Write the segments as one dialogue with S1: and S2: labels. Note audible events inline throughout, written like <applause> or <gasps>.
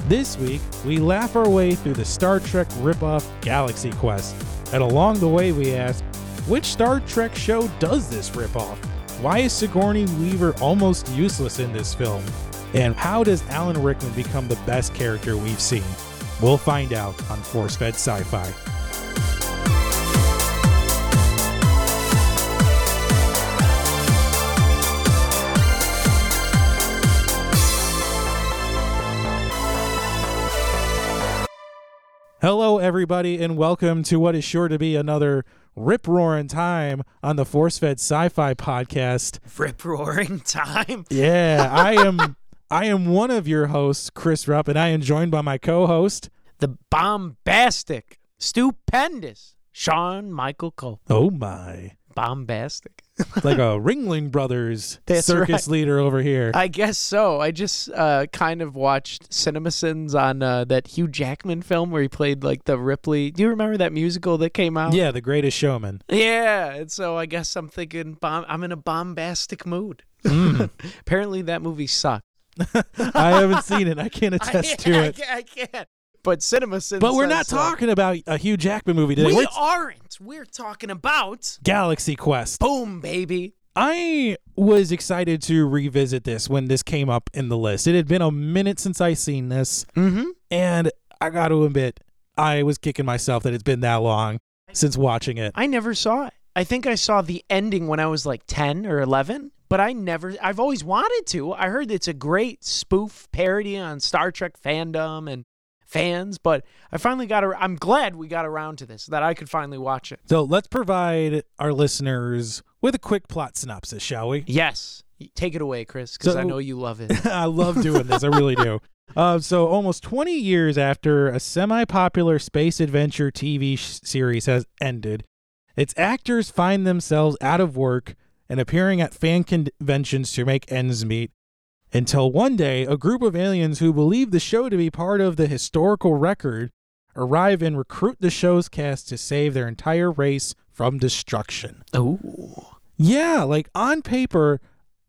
S1: This week, we laugh our way through the Star Trek ripoff Galaxy Quest. And along the way, we ask which Star Trek show does this ripoff? Why is Sigourney Weaver almost useless in this film? And how does Alan Rickman become the best character we've seen? We'll find out on Force Fed Sci Fi. Hello, everybody, and welcome to what is sure to be another rip roaring time on the Force Fed Sci Fi podcast.
S2: <laughs> Rip roaring time.
S1: Yeah, I am. I am one of your hosts, Chris Rupp, and I am joined by my co-host.
S2: The bombastic, stupendous Sean Michael Cole.
S1: Oh my!
S2: Bombastic. <laughs>
S1: Like a Ringling Brothers
S2: That's
S1: circus
S2: right.
S1: leader over here.
S2: I guess so. I just uh, kind of watched CinemaSins on uh, that Hugh Jackman film where he played like the Ripley. Do you remember that musical that came out?
S1: yeah, the greatest
S2: <laughs>
S1: showman.
S2: Yeah. And so I guess I'm thinking bomb- I'm in a bombastic mood.
S1: Mm.
S2: <laughs> Apparently that movie sucked.
S1: <laughs> I haven't seen it. I can't attest to
S2: I
S1: it.
S2: can't, I can't. But CinemaSins.
S1: But we're
S2: says
S1: not
S2: so.
S1: talking about a Hugh Jackman movie today.
S2: We
S1: We're
S2: aren't. We're talking about
S1: Galaxy Quest.
S2: boom, baby.
S1: I was excited to revisit this when this came up in the list. It had been a minute since I seen this,
S2: Mm-hmm.
S1: and I got to admit, I was kicking myself that it's been that long since watching it.
S2: I never saw it. I think I saw the ending when I was like 10 or 11, but I never, I've always wanted to. I heard it's a great spoof parody on Star Trek fandom and fans, but I finally got, ar- I'm glad we got around to this, that I could finally watch it.
S1: So let's provide our listeners with a quick plot synopsis, shall we?
S2: Yes. Take it away, Chris, because I
S1: So-
S2: know you love <laughs> it.
S1: <laughs> I love doing this. I really do. Uh, so, almost 20 years after a semi popular space adventure TV sh- series has ended, its actors find themselves out of work and appearing at fan conventions to make ends meet. Until one day, a group of aliens who believe the show to be part of the historical record arrive and recruit the show's cast to save their entire race from destruction.
S2: oh.
S1: Yeah, like on paper,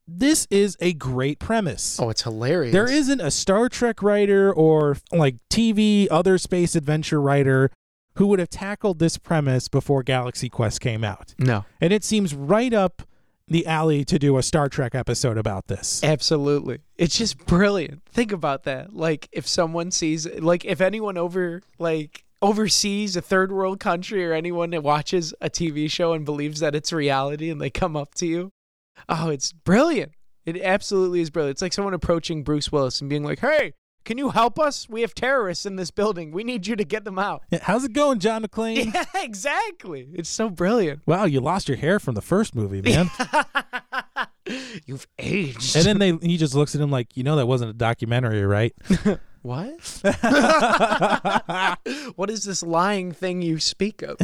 S1: this is a great premise.
S2: Oh, it's hilarious.
S1: There isn't a Star Trek writer or like TV other space adventure writer who would have tackled this premise before Galaxy Quest came out.
S2: No.
S1: And it seems right up the alley to do a Star Trek episode about this.
S2: Eh. Absolutely. It's just brilliant. Think about that. Like if someone sees like if anyone over like overseas a third world country or anyone that watches a TV show and believes that it's reality and they come up to you. Oh, it's brilliant. It absolutely is brilliant. It's like someone approaching Bruce Willis and being like, "Hey, can you help us? We have terrorists in this building. We need you to get them
S1: <laughs>
S2: out."
S1: Yeah, How's it going, John McClane?
S2: Yeah, exactly. It's so brilliant.
S1: <laughs> Wow, you lost your hair from the first movie,
S2: <laughs>
S1: man.
S2: You've aged.
S1: and then they he just looks at him like, you know that wasn't a documentary,
S2: <laughs>
S1: right? <laughs>
S2: What? <laughs> what is this lying thing you
S1: <laughs>
S2: speak of?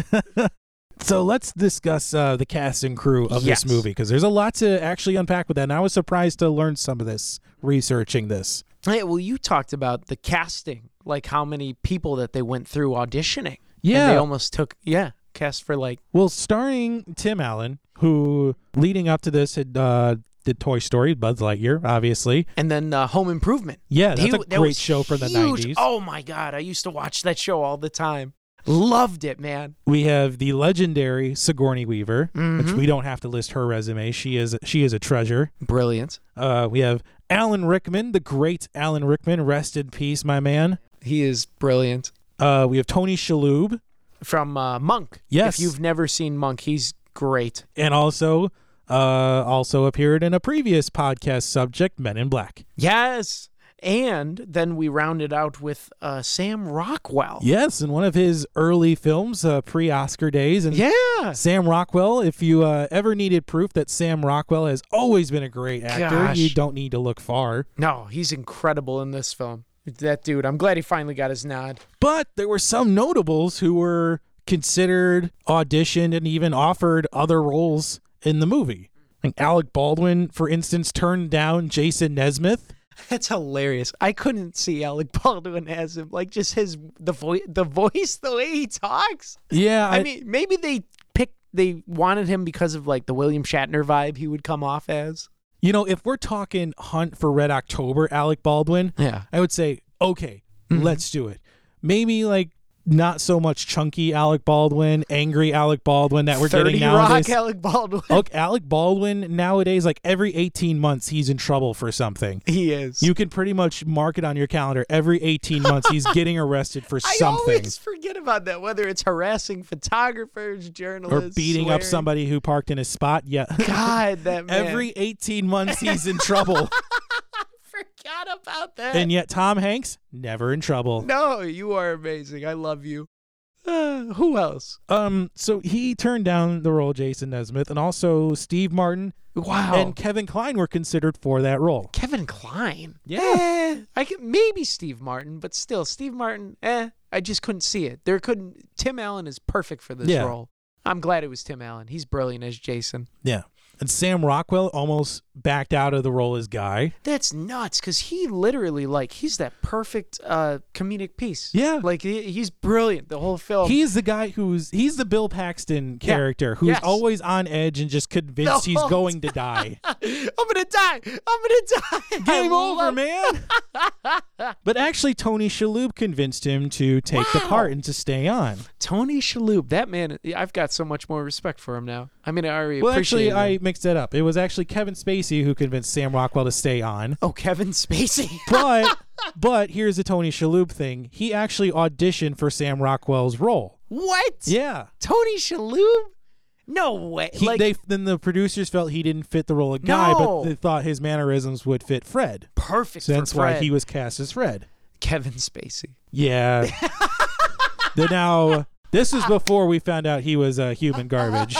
S1: So let's discuss uh, the cast and crew of
S2: Yes.
S1: this movie because there's a lot to actually unpack with that. And I was surprised to learn some of this researching this.
S2: Hey, well, you talked about the casting, like how many people that they went through auditioning. And
S1: Yeah.
S2: they almost took, yeah, cast for like,
S1: Well, starring Tim Allen, who leading up to this had uh, did Toy Story, Buzz Lightyear, obviously.
S2: and then uh, Home Improvement.
S1: Yeah, that's
S2: He-
S1: a
S2: that
S1: great
S2: was
S1: show from the
S2: huge.
S1: 90s.
S2: Oh my God. I used to watch that show all the time. Loved it, man.
S1: We have the legendary Sigourney Weaver, which
S2: Mhm.
S1: we don't have to list her resume. She is she is a treasure.
S2: Brilliant.
S1: Uh, we have Alan Rickman, the great Alan Rickman, rest in peace, my man.
S2: He is brilliant.
S1: Uh, we have Tony Shalhoub,
S2: From uh, Monk.
S1: Yes.
S2: If you've never seen Monk, he's great.
S1: and also uh, also appeared in a previous podcast subject, Men in Black.
S2: Yes. And then we rounded out with uh, Sam Rockwell.
S1: Yes, in one of his early films, uh, pre Oscar days, and
S2: Yeah.
S1: Sam Rockwell. If you uh, ever needed proof that Sam Rockwell has always been a great actor,
S2: Gosh.
S1: you don't need to look far.
S2: <laughs> No, he's incredible in this film. That dude, I'm glad he finally got his nod.
S1: But there were some notables who were considered, auditioned, and even offered other roles in the movie. Like Alec Baldwin, for instance, turned down Jason Nesmith.
S2: That's hilarious. I couldn't see Alec <laughs> Baldwin as him. Like just his the voice, the voice, the way he talks.
S1: Yeah,
S2: I, mean, maybe they picked they wanted him because of like the William Shatner vibe he would come off as.
S1: you know, if we're talking Hunt for Red October, Alec Baldwin,
S2: Yeah.
S1: I would say, okay,
S2: Mhm.
S1: Let's do it. Maybe like not so much chunky Alec Baldwin, angry Alec Baldwin that we're
S2: 30
S1: getting nowadays.
S2: Rock, Alec Baldwin.
S1: <laughs> Look, Alec Baldwin nowadays, like every 18 months, he's in trouble for something.
S2: He <laughs> is.
S1: You can pretty much mark it on your calendar. Every 18
S2: <laughs>
S1: months, he's getting arrested for
S2: I
S1: something
S2: always forget about that, whether it's harassing photographers,
S1: or
S2: journalists,
S1: beating up
S2: swearing.
S1: somebody who parked in his spot.
S2: <laughs>
S1: Yeah.
S2: God, that man. <laughs>
S1: Every 18 months, he's in trouble.
S2: forgot about that.
S1: and yet, Tom Hanks, never in <laughs> trouble.
S2: no, you are amazing. I love you. <sighs> Uh, who else?
S1: Um, so he turned down the role of Jason Nesmith, and also Steve Martin
S2: Wow.
S1: and Kevin Klein were considered for that role.
S2: Kevin Klein.
S1: Yeah.
S2: Eh, I could maybe Steve Martin, but still Steve Martin. Eh, I just couldn't see it. There couldn't. Tim Allen is perfect for this
S1: Yeah.
S2: role. I'm glad it was Tim Allen. He's brilliant as Jason.
S1: Yeah. And Sam Rockwell almost backed out of the role as Guy.
S2: That's nuts because he literally like he's that perfect uh comedic piece.
S1: Yeah.
S2: like he, he's brilliant the whole film.
S1: He's the guy who's he's the Bill Paxton
S2: Oh. Yeah.
S1: character who's
S2: Yes.
S1: always on edge and just convinced
S2: The
S1: he's
S2: whole
S1: going to
S2: <laughs>
S1: die.
S2: <laughs> I'm gonna die. I'm gonna die.
S1: Game
S2: I
S1: over,
S2: love-
S1: man.
S2: <laughs>
S1: but actually, Tony Shalhoub convinced him to take the
S2: Wow.
S1: part and to stay on.
S2: Tony Shalhoub. That man. I've got so much more respect for him now. I mean, I already
S1: Well,
S2: appreciate
S1: actually, I
S2: him.
S1: mixed that up. It was actually Kevin Spacey who convinced Sam Rockwell to stay on.
S2: Oh,
S1: <laughs>
S2: Kevin Spacey.
S1: But but here's the Tony Shalhoub thing. He actually auditioned for Sam Rockwell's role.
S2: what?
S1: Yeah.
S2: Tony Shalhoub? No way.
S1: He,
S2: like
S1: they then the producers felt he didn't fit the role of Guy, but
S2: No.
S1: they thought his mannerisms would fit Fred.
S2: perfect.
S1: So
S2: for
S1: that's why
S2: Fred.
S1: he was cast as Fred.
S2: Kevin Spacey.
S1: Yeah. <laughs> the now this is before we found out he was uh, human
S2: <laughs>
S1: garbage.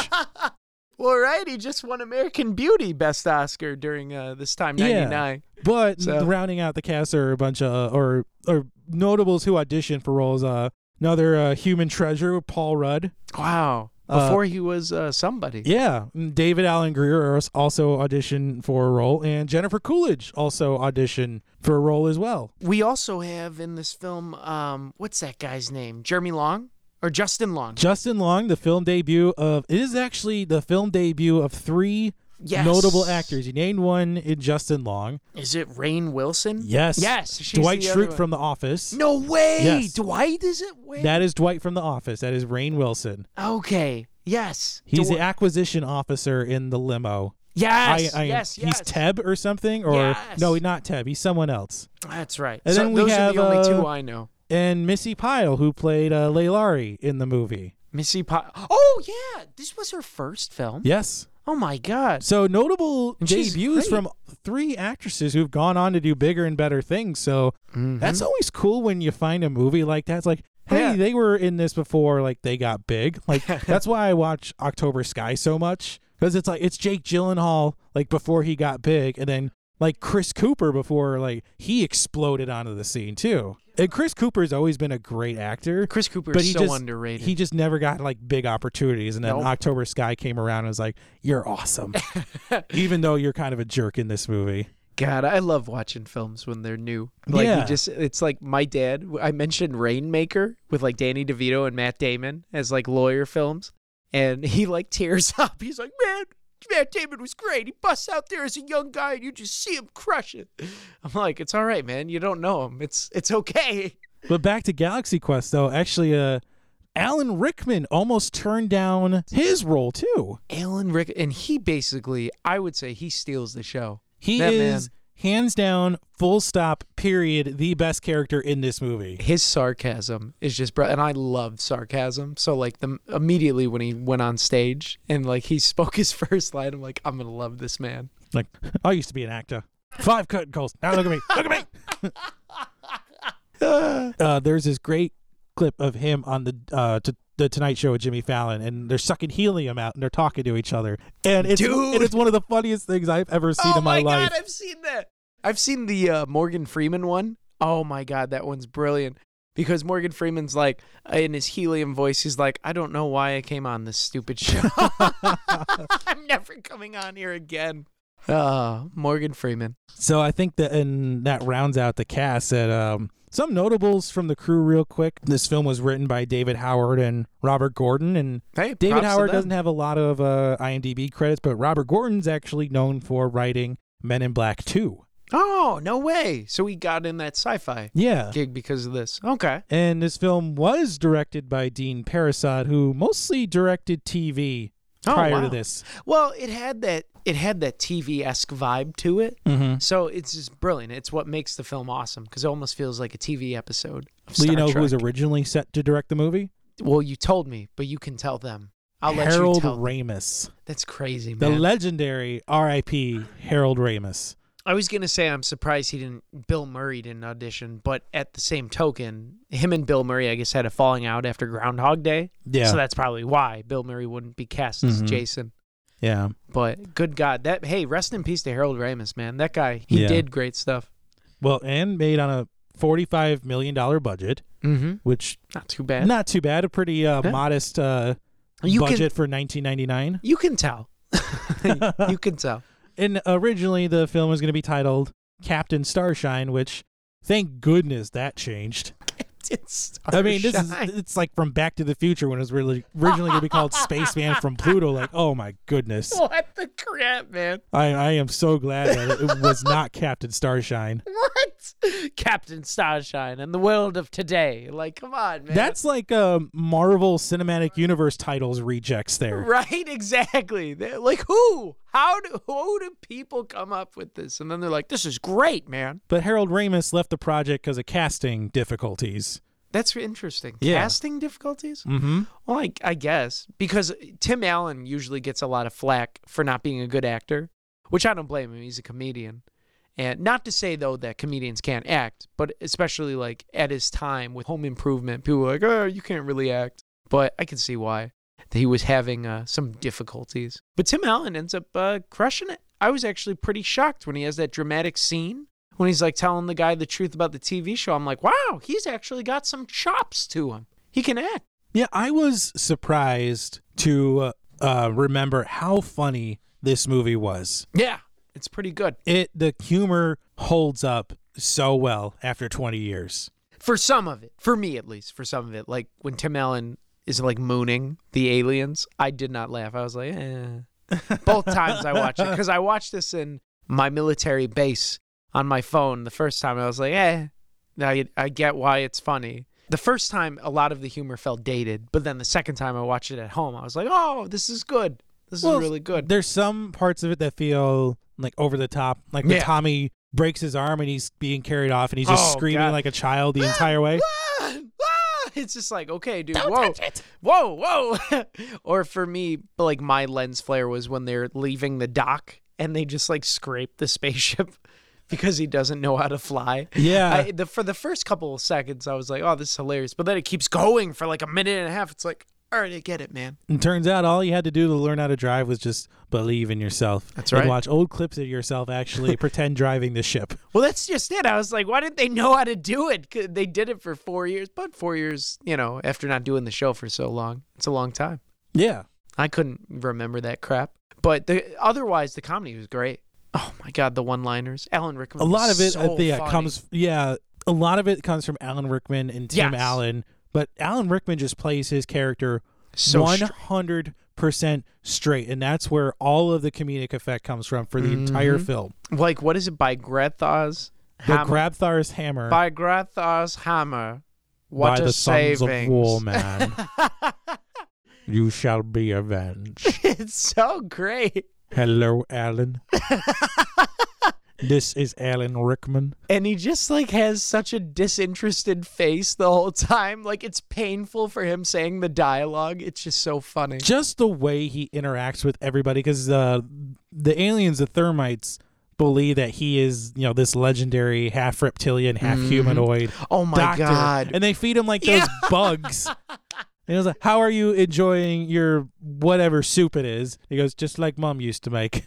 S2: Well, right. He just won American Beauty Best Oscar during uh, this time
S1: yeah.
S2: '99.
S1: But
S2: So-
S1: rounding out the cast are a bunch of uh, or or notables who auditioned for roles. Uh, another uh, human treasure, Paul Rudd.
S2: Wow.
S1: Uh,
S2: Before he was uh, somebody.
S1: Yeah, and David Allen Greer als- also auditioned for a role, and Jennifer Coolidge also auditioned for a role as well.
S2: We also have in this film, um, what's that guy's name? Jeremy Long or Justin Long?
S1: Justin Long, the film debut of it is actually the film debut of three
S2: Yes.
S1: notable actors. You named one in Justin Long.
S2: Is it Rain Wilson?
S1: Yes.
S2: Yes. She's
S1: Dwight
S2: the other
S1: Schrute
S2: one.
S1: from The Office.
S2: No way.
S1: Yes.
S2: Dwight is it? Wait.
S1: That is Dwight from The Office. That is Rain Wilson.
S2: okay. Yes.
S1: He's
S2: Dwi-
S1: the acquisition officer in the limo.
S2: yes.
S1: I, I,
S2: yes.
S1: He's
S2: yes.
S1: Teb or something, or
S2: Yes.
S1: no, not Teb. He's someone else.
S2: That's right.
S1: And
S2: so
S1: then we
S2: those
S1: have,
S2: are the only two
S1: uh,
S2: I know.
S1: And Missy Pyle, who played uh, Leilari in the movie.
S2: Missy Pyle. Oh yeah, this was her first film.
S1: Yes.
S2: Oh my god.
S1: So notable
S2: And she's
S1: debuts
S2: great.
S1: from three actresses who've gone on to do bigger and better things. So
S2: Mm.
S1: that's always cool when you find a movie like that. It's like, hey,
S2: Yeah.
S1: they were in this before, like they got big. <laughs> Like that's why I watch October Sky so much because it's like it's Jake Gyllenhaal like before he got big, and then like Chris Cooper before like he exploded onto the scene too. And Chris Cooper's always been a great actor.
S2: Chris Cooper
S1: but
S2: is
S1: he
S2: so
S1: just,
S2: underrated.
S1: He just never got like big opportunities, and then
S2: Nope.
S1: October Sky came around and was like, "You're
S2: <laughs>
S1: awesome," even though you're kind of a jerk in this movie.
S2: God, I love watching films when they're new. Like
S1: Yeah.
S2: you just it's like my dad I mentioned Rainmaker with like Danny DeVito and Matt Damon as like lawyer films. And <laughs> he like tears up. He's like, Man, Matt Damon was great. He busts out there as a young guy and you just see him crush it. <laughs> I'm like, It's all right, man. You don't know him. It's it's okay.
S1: But back to Galaxy Quest, though, actually, uh, Alan Rickman almost turned down his role too.
S2: Alan Rick and he basically I would say he steals the show.
S1: He
S2: That man.
S1: is hands down, full stop, period, the best character in this movie.
S2: his sarcasm is just br- and I love sarcasm. So like the immediately when he went on stage and like he <laughs> spoke his first line, I'm like, I'm gonna love this man.
S1: Like, I used to be an actor. Five curtain calls. Now look at me. Look at
S2: <laughs>
S1: me. uh, there's this great clip of him on the uh, t- the Tonight Show with Jimmy Fallon, and they're sucking helium out, and they're talking to each other, and it's
S2: Dude.
S1: and it's one of the funniest things I've ever seen
S2: oh
S1: in my,
S2: my
S1: life.
S2: god, I've seen that. I've seen the uh, Morgan Freeman one. Oh my god, that one's brilliant. Because Morgan Freeman's like uh, in his helium voice, he's like, I don't know why I came on this stupid show. <laughs> I'm never coming on here again. Uh, Morgan Freeman.
S1: So I think that and that rounds out the cast. That um, some notables from the crew, real quick. This film was written by David Howard and Robert Gordon, and
S2: Hey,
S1: David
S2: props to
S1: Howard
S2: them.
S1: doesn't have a lot of uh, IMDb credits, but Robert Gordon's actually known for writing Men in Black 2.
S2: Oh, no way. So he got in that sci fi
S1: Yeah. <laughs>
S2: gig because of this. Okay.
S1: And this film was directed by Dean Parasad, who mostly directed TV
S2: Oh,
S1: prior to
S2: wow.
S1: this.
S2: Well, it had that it had that TV esque vibe to it.
S1: Mm-hmm.
S2: So it's just brilliant. It's what makes the film awesome because it almost feels like a TV episode. Of
S1: you
S2: Star
S1: know who was
S2: Trek.
S1: originally set to direct the movie?
S2: well, you told me, but you can tell them. I'll let you
S1: Harold
S2: tell. them.
S1: Ramis,
S2: That's crazy,
S1: the
S2: man.
S1: legendary R.I.P. Harold Ramis.
S2: I was gonna say I'm surprised he didn't. Bill Murray didn't audition, but at the same token, him and Bill Murray, I guess, had a falling out after Groundhog Day.
S1: Yeah,
S2: So that's probably why Bill Murray wouldn't be cast as
S1: Mhm.
S2: Jason.
S1: yeah.
S2: But good God, that hey, rest in peace to Harold Ramis, man. That guy, he
S1: Yeah.
S2: did great stuff.
S1: Well, and made on a forty-five million dollar budget,
S2: Mm-hmm.
S1: which
S2: Not too bad.
S1: not too bad. A pretty uh,
S2: Yeah.
S1: modest uh,
S2: You can-
S1: budget for nineteen ninety-nine.
S2: You can tell. <laughs> you can
S1: <laughs>
S2: tell.
S1: And originally, the film was going to be titled Captain Starshine, which. Thank goodness that changed.
S2: It's
S1: I mean, this is
S2: Starshine.
S1: it's like from Back to the Future when it was really originally going to be
S2: <laughs>
S1: called Spaceman from Pluto. Like, oh my goodness,
S2: what the crap, man.
S1: I, I am so glad that it was not Captain Starshine.
S2: What? Captain Starshine and the world of today. Like, come on, man.
S1: That's like um, Marvel Cinematic Universe titles rejects there.
S2: right, exactly. They're like, who? How do who do people come up with this? And then they're like, this is great, man.
S1: But Harold Ramis left the project because of casting difficulties.
S2: That's interesting.
S1: Yeah.
S2: Casting difficulties?
S1: Mm-hmm.
S2: Well, I, I guess because Tim Allen usually gets a lot of flack for not being a good actor, which I don't blame him. He's a comedian, and not to say though that comedians can't act, but especially like at his time with Home Improvement, people were like, "Oh, you can't really act." But I can see why that he was having uh, some difficulties. But Tim Allen ends up uh, crushing it. I was actually pretty shocked when he has that dramatic scene when he's like telling the guy the truth about the TV show. I'm like, "Wow, he's actually got some chops to him. He can act."
S1: Yeah, I was surprised to uh, remember how funny this movie was.
S2: Yeah, it's pretty good.
S1: It the humor holds up so well after 20 years.
S2: For some of it, for me at least, for some of it, like when Tim Allen is like mooning the aliens, I did not laugh. I was like, eh. Both times I watched it because I watched this in my military base on my phone the first time. I was like, eh. Now I, I get why it's funny. The first time, a lot of the humor felt dated, but then the second time I watched it at home, I was like, oh, this is good. This
S1: Well,
S2: is really good.
S1: There's some parts of it that feel like over the top, like when
S2: Yeah.
S1: Tommy breaks his arm and he's being carried off and he's just
S2: Oh,
S1: screaming
S2: God.
S1: like a child
S2: <gasps>
S1: the entire way.
S2: Ah, ah. It's just like, okay, dude, whoa, whoa, whoa. <laughs> or for me, like my lens flare was when they're leaving the dock and they just like scrape the spaceship <laughs> because he doesn't know how to fly.
S1: Yeah.
S2: I, the, for the first couple of seconds, I was like, oh, this is hilarious. But then it keeps going for like a minute and a half. It's like, all right, I get it, man.
S1: And turns out all you had to do to learn how to drive was just believe in yourself.
S2: That's
S1: And
S2: right.
S1: watch old clips of yourself
S2: <laughs>
S1: actually pretend driving the ship.
S2: Well, that's just it. I was like, why didn't they know how to do it? 'Cause They did it for four years, but four years, you know, after not doing the show for so long, it's a long time.
S1: Yeah.
S2: I couldn't remember that crap. But the otherwise, the comedy was great. Oh my god, the one-liners. Alan Rickman.
S1: A lot
S2: was
S1: of it
S2: so
S1: uh, yeah,
S2: funny.
S1: comes yeah, a lot of it comes from Alan Rickman and Tim
S2: Yes.
S1: Allen, but Alan Rickman just plays his character
S2: so
S1: one
S2: str-
S1: hundred percent straight, and that's where all of the comedic effect comes from for the
S2: Mm-hmm.
S1: entire film.
S2: like what is it by Gretha's
S1: The
S2: hammer?
S1: Grabthar's hammer
S2: by Gretha's hammer.
S1: by
S2: What
S1: the
S2: a
S1: sons
S2: savings.
S1: of war, man. you shall be avenged.
S2: <laughs> it's so great.
S1: Hello,
S2: <laughs>
S1: Alan. this is Alan Rickman.
S2: And he just like has such a disinterested face the whole time. Like it's painful for him saying the dialogue. It's just so funny.
S1: Just the way he interacts with everybody, because uh, the aliens, the thermites, believe that he is, you know, this legendary half reptilian, half humanoid.
S2: Mm-hmm. Oh my
S1: doctor,
S2: god.
S1: and they feed him like those
S2: <laughs>
S1: bugs. And he was like, "How are you enjoying your whatever soup it is?" He goes, "Just like mom used to
S2: <laughs>
S1: make."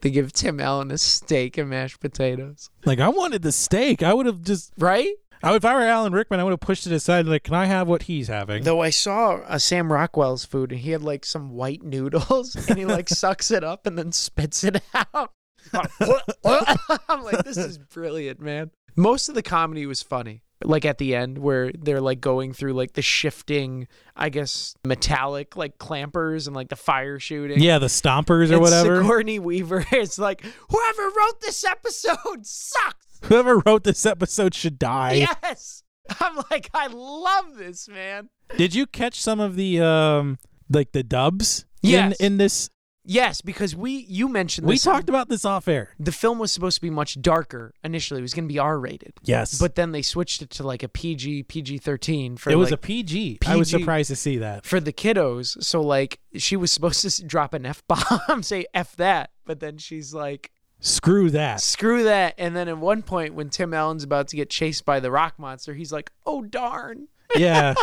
S2: they give Tim Allen a steak and mashed potatoes.
S1: like I wanted the steak. I would have just,
S2: Right?
S1: I, if I were Alan Rickman, I would have pushed it aside. Like, can I have what he's having?
S2: Though I saw uh, Sam Rockwell's food and he had like some white noodles <laughs> and he like sucks it up and then spits it <laughs> out. I'm like, this is brilliant, man. Most of the comedy was funny. like at the end where they're like going through like the shifting, I guess, metallic like clampers and like the fire shooting.
S1: Yeah, the stompers or
S2: it's
S1: whatever.
S2: Sigourney Weaver. <laughs> It's like whoever wrote this episode sucks.
S1: Whoever wrote this episode should die.
S2: yes, I'm like I love this man.
S1: Did you catch some of the um like the dubs?
S2: Yes.
S1: In, in this,
S2: Yes, because we you mentioned
S1: we
S2: this-
S1: talked about this off air.
S2: the film was supposed to be much darker initially. It was going to be R rated,
S1: Yes,
S2: but then they switched it to like a PG PG thirteen for
S1: it was
S2: like,
S1: a PG. I was
S2: PG.
S1: surprised to see that.
S2: for the kiddos. So like she was supposed to s- drop an f bomb, <laughs> say f that, but then she's like
S1: Screw
S2: <laughs>
S1: that.
S2: screw that. And then at one point when Tim Allen's about to get chased by the rock monster, he's like, oh darn.
S1: Yeah.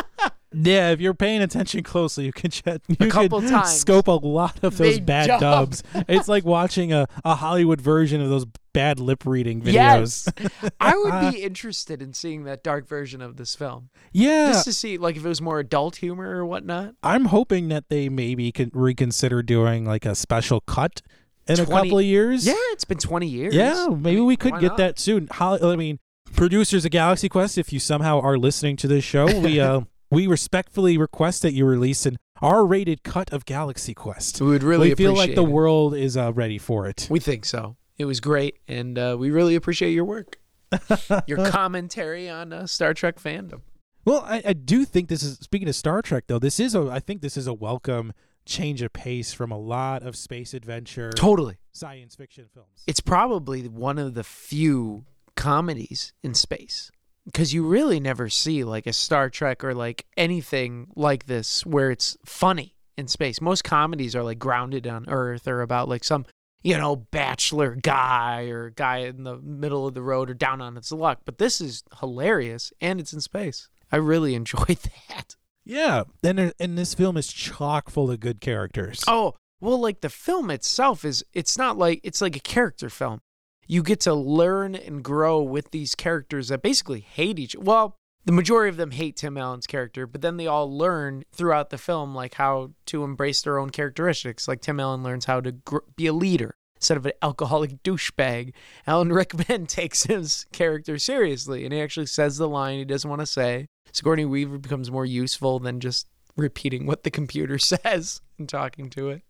S1: Yeah, if you're paying attention closely, you can ch- you
S2: couple
S1: can
S2: times.
S1: scope a lot of those
S2: They
S1: bad
S2: jump.
S1: dubs. It's
S2: <laughs>
S1: like watching a, a Hollywood version of those bad lip reading videos.
S2: Yes, <laughs> I
S1: <laughs>
S2: would be interested in seeing that dark version of this film,
S1: Yeah,
S2: just to see like if it was more adult humor or whatnot.
S1: I'm hoping that they maybe could reconsider doing like a special cut in a
S2: 20
S1: couple of years.
S2: Yeah, it's been twenty years.
S1: Yeah, maybe we could
S2: why
S1: get
S2: not?
S1: that soon. Holly, I mean, producers of Galaxy Quest, if you somehow are listening to this show, we
S2: <laughs>
S1: uh, we respectfully request that you release an R-rated cut of Galaxy Quest.
S2: we would really
S1: we feel like
S2: appreciate
S1: the
S2: it.
S1: world is uh, ready for it.
S2: We think so. It was great, and uh, we really appreciate
S1: <laughs>
S2: your work, your commentary on uh, Star Trek fandom.
S1: Well, I, I do think this is speaking of Star Trek though. This is a I think this is a welcome change of pace from a lot of space adventure
S2: Totally,
S1: science fiction films.
S2: it's probably one of the few comedies in space because you really never see like a Star Trek or like anything like this where it's funny in space. Most comedies are like grounded on Earth or about like some you know bachelor guy or guy in the middle of the road or down on his luck. But this is hilarious and it's in space. I really <laughs> enjoyed that.
S1: Yeah, and there- and this film is chock full of good characters.
S2: Oh, well, like the film itself is, it's not like, it's like a character film. You get to learn and grow with these characters that basically hate each Well, the majority of them hate Tim Allen's character, but then they all learn throughout the film, like how to embrace their own characteristics. Like Tim Allen learns how to gr- be a leader instead of an alcoholic <laughs> douchebag. Alan <laughs> Rickman takes his character seriously and he actually says the line he doesn't want to say. Sigourney Weaver becomes more useful than just repeating what the computer <laughs> says and talking to it.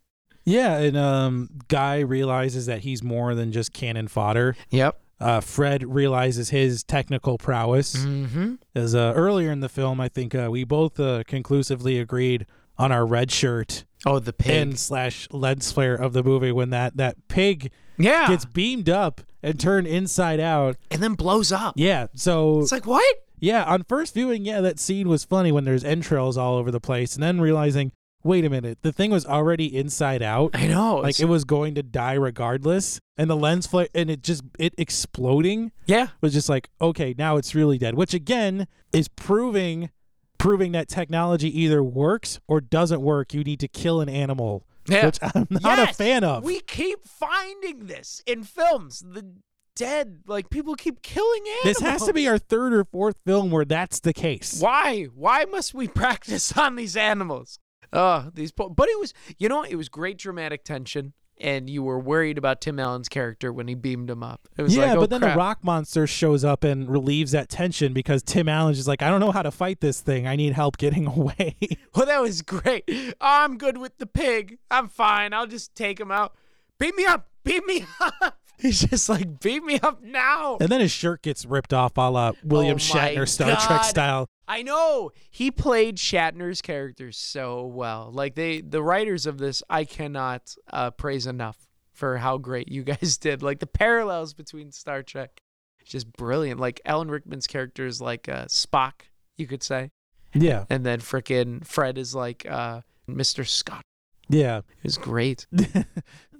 S1: Yeah, and um, Guy realizes that he's more than just cannon fodder.
S2: Yep.
S1: Uh, Fred realizes his technical prowess.
S2: Mm-hmm.
S1: As uh, earlier in the film, I think uh, we both uh, conclusively agreed on our red shirt
S2: Oh, the pig.
S1: and slash lens flare of the movie when that that pig
S2: yeah.
S1: gets beamed up and turned inside out.
S2: and then blows up.
S1: Yeah, so
S2: It's like, what?
S1: yeah, on first viewing, yeah, that scene was funny when there's entrails all over the place, and then realizing, wait a minute, the thing was already inside out.
S2: I know.
S1: like it was going to die regardless and the lens flare and it just it exploding
S2: yeah.
S1: was just like okay now it's really dead which again is proving proving that technology either works or doesn't work you need to kill an animal
S2: Yeah.
S1: which i'm not a
S2: Yes!
S1: fan of
S2: We keep finding this in films. The dead, like people keep killing animals.
S1: this has to be our third or fourth film where that's the case
S2: Why? Why must we <laughs> practice on these animals? Uh, these po- but it was you know it was great dramatic tension and you were worried about Tim Allen's character when he beamed him up. It was
S1: yeah,
S2: like, oh,
S1: but then
S2: crap.
S1: the rock monster shows up and relieves that tension because Tim Allen's just like, I don't know how to fight this thing. I need help getting <laughs>
S2: <laughs>
S1: away.
S2: <laughs> Well, that was great. Oh, I'm good with the pig. I'm fine. I'll just take him out. Beat me up. Beat me <laughs> up. He's just like, beat me up now.
S1: and then his shirt gets ripped off a la William
S2: Oh my
S1: Shatner Star Trek
S2: God.
S1: style.
S2: I know he played Shatner's character so well. Like they, the writers of this, I cannot uh, praise enough for how great you <laughs> guys did. Like the parallels between Star Trek, just brilliant. Like Alan Rickman's character is like uh, Spock, you could say,
S1: Yeah.
S2: and then frickin' Fred is like uh, Mr. Scott.
S1: Yeah. <laughs>
S2: It was great.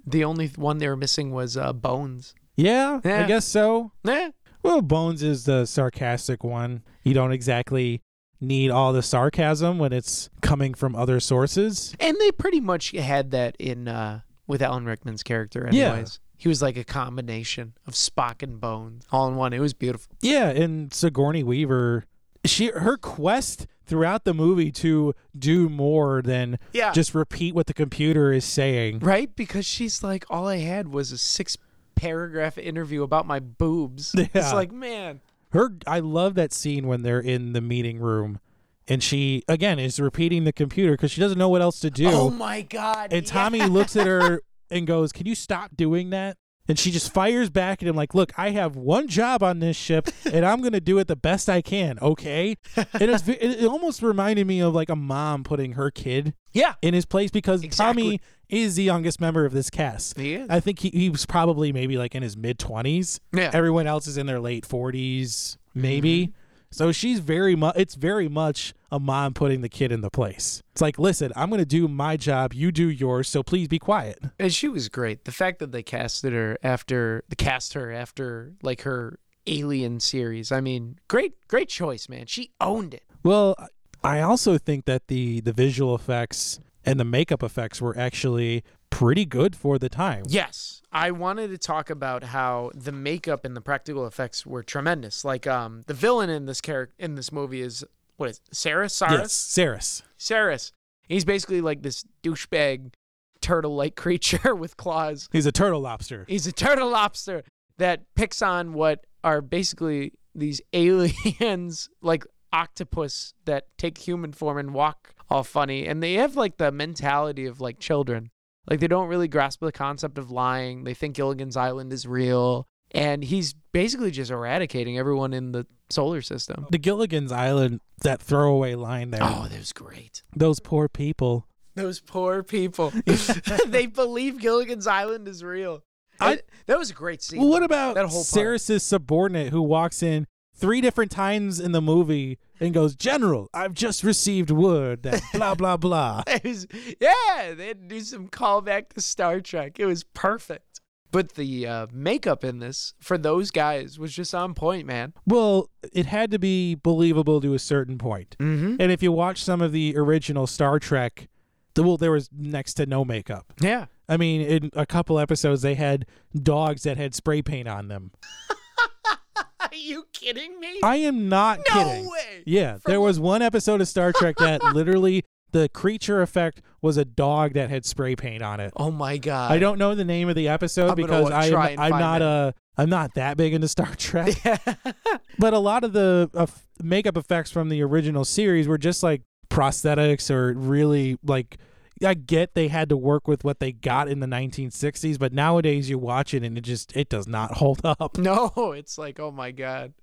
S2: The only one they were missing was uh, Bones. Eh,
S1: yeah, I
S2: Yeah.
S1: guess so.
S2: Yeah.
S1: Well, Bones is the sarcastic one. You don't exactly need all the sarcasm when it's coming from other sources.
S2: And they pretty much had that in uh, with Alan Rickman's character,
S1: Yeah.
S2: anyways. He was like a combination of Spock and Bones all in one. It was beautiful.
S1: Yeah, and Sigourney Weaver, she her quest throughout the movie to do more than
S2: Yeah.
S1: just repeat what the computer is saying.
S2: Right? Because she's like, all I had was a six paragraph interview about my boobs. <laughs>
S1: Yeah.
S2: It's like, man,
S1: Her I love that scene when they're in the meeting room and she again is repeating the computer cuz she doesn't know what else to do.
S2: Oh my god.
S1: and Tommy looks at her and goes, "Can you stop doing that?" And she just fires back at him like, "Look, I have one job on this ship, and I'm gonna do it the best I can, okay?" And it's, ve- it it almost reminded me of like a mom putting her kid
S2: Yeah.
S1: in his place because Tommy
S2: Exactly.
S1: is the youngest member of this cast.
S2: He is.
S1: I think he, he was probably maybe like in his mid twenties.
S2: Yeah. Mm-hmm.
S1: Everyone else is in their late forties, maybe. So she's very much. It's very much a mom putting the kid in the place. It's like, listen, I'm gonna do my job. You do yours. So please be quiet.
S2: and she was great. The fact that they casted her after the cast her after like her Alien series. I mean, great great choice, man. She owned it.
S1: Well, I also think that the the visual effects and the makeup effects were actually pretty good for the time.
S2: Yes, I wanted to talk about how the makeup and the practical effects were tremendous. Like um the villain in this character in this movie is what is it, Sarah Sarah
S1: Yes, Saris.
S2: Saris. He's basically like this douchebag turtle-like <laughs> creature with claws
S1: He's a turtle lobster.
S2: He's a turtle lobster that picks on what are basically these <laughs> aliens, like octopus that take human form and walk all funny. And they have like the mentality of like children. Like they don't really grasp the concept of lying. They think Gilligan's Island is real. And he's basically just eradicating everyone in the solar system.
S1: The Gilligan's Island, that throwaway line there.
S2: Oh, that was great.
S1: Those poor people.
S2: Those poor people. <laughs> they believe Gilligan's Island is real.
S1: I-
S2: And that was a great scene.
S1: Well, what
S2: though.
S1: about
S2: that whole part.
S1: Saris's subordinate who walks in three different times in the movie and goes, "General, I've just received word
S2: <laughs>
S1: that blah blah blah."
S2: It was, yeah, they had to do some callback to Star Trek. It was perfect. But the uh, makeup in this for those guys was just on point, man.
S1: Well, it had to be believable to a certain point.
S2: Mm-hmm.
S1: And if you watch some of the original Star Trek, the, well, there was next to no makeup.
S2: Yeah.
S1: I mean, in a couple episodes, they had dogs that had spray paint on them.
S2: <laughs> Are you kidding me?
S1: I am not
S2: no
S1: kidding.
S2: way.
S1: Yeah,
S2: From-
S1: there was one episode of Star Trek
S2: <laughs>
S1: that literally the creature effect was a dog that had spray paint on it.
S2: Oh my god.
S1: I don't know the name of the episode
S2: I'm gonna
S1: because
S2: wa-
S1: I
S2: try
S1: am,
S2: and
S1: I'm
S2: find
S1: not
S2: it.
S1: a I'm not that big into Star <laughs> Trek,
S2: don't.
S1: but a lot of the uh, f- makeup effects from the original series were just like prosthetics or really like I get they had to work with what they got in the 1960s, but nowadays you watch it and it just it does not hold up.
S2: <laughs> no, it's like oh my god.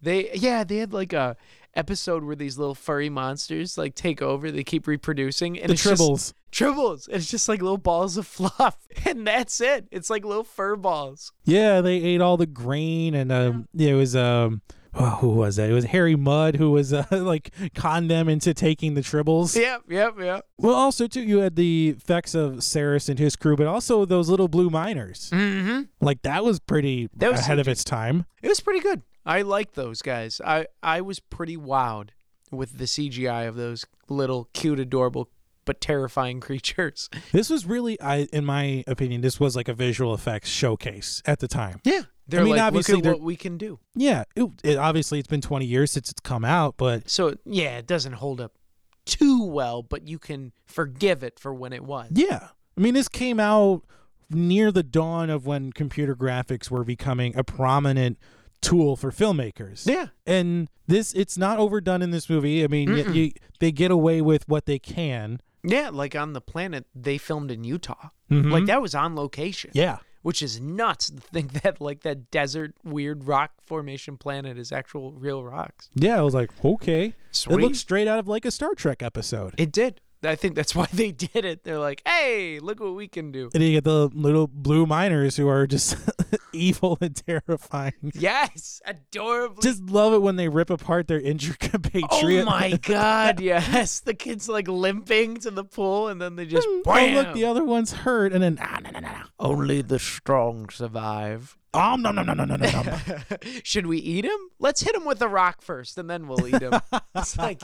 S2: They yeah they had like a episode where these little furry monsters like take over. They keep reproducing and
S1: the
S2: it's just-
S1: tribbles.
S2: tribbles. It's just like little balls of fluff, <laughs> and that's it. It's like little fur balls.
S1: Yeah, they ate all the grain, and um, it was um, oh, who was that? It was Harry Mudd who was <laughs> uh, like conned them into taking the tribbles.
S2: Yep, yep, yep.
S1: Well, also too, you had the effects of Saris and his crew, but also those little blue miners.
S2: Mm-hmm.
S1: Like that was pretty
S2: That was
S1: ahead of its time.
S2: It was pretty good. I like those guys. I I was pretty wowed with the CGI of those little cute, adorable but terrifying <laughs> creatures.
S1: This was really, I, in my opinion, this was like a visual effects showcase at the time.
S2: Yeah, they're
S1: mean,
S2: like, look
S1: obviously
S2: at
S1: they're-
S2: what we can do.
S1: Yeah, it, it- obviously it's been 20 years since it's come out, but
S2: So yeah, it doesn't hold up too well, but you can forgive it for when it was.
S1: yeah, I mean this came out near the dawn of when computer graphics were becoming a prominent tool for filmmakers.
S2: Yeah,
S1: And this, it's not overdone in this movie. I mean, y
S2: Mm-mm.
S1: you, they get away with what they can.
S2: yeah. Like on the planet they filmed in Utah.
S1: Mhm.
S2: Like that was on location.
S1: Yeah.
S2: Which is nuts to think <laughs> that like that desert weird rock formation planet is actual real rocks.
S1: Yeah, I was like, okay.
S2: Sweet.
S1: It looked straight out of like a Star Trek episode.
S2: It did. I think that's <laughs> why they did it. They're like, hey, look what we can do.
S1: And you get the little blue miners who are just <laughs> evil and terrifying.
S2: Yes, adorably.
S1: Just love it when they rip apart their intricate
S2: oh <laughs> my god, yes. The kid's like limping to the pool and then they just
S1: <laughs> Oh
S2: bam.
S1: look, the other one's hurt, and then ah no no no no.
S2: Only the strong survive.
S1: Oh no no no no no no. no.
S2: <laughs> Should we eat him? Let's hit him with a rock first and then we'll eat him. <laughs> it's like,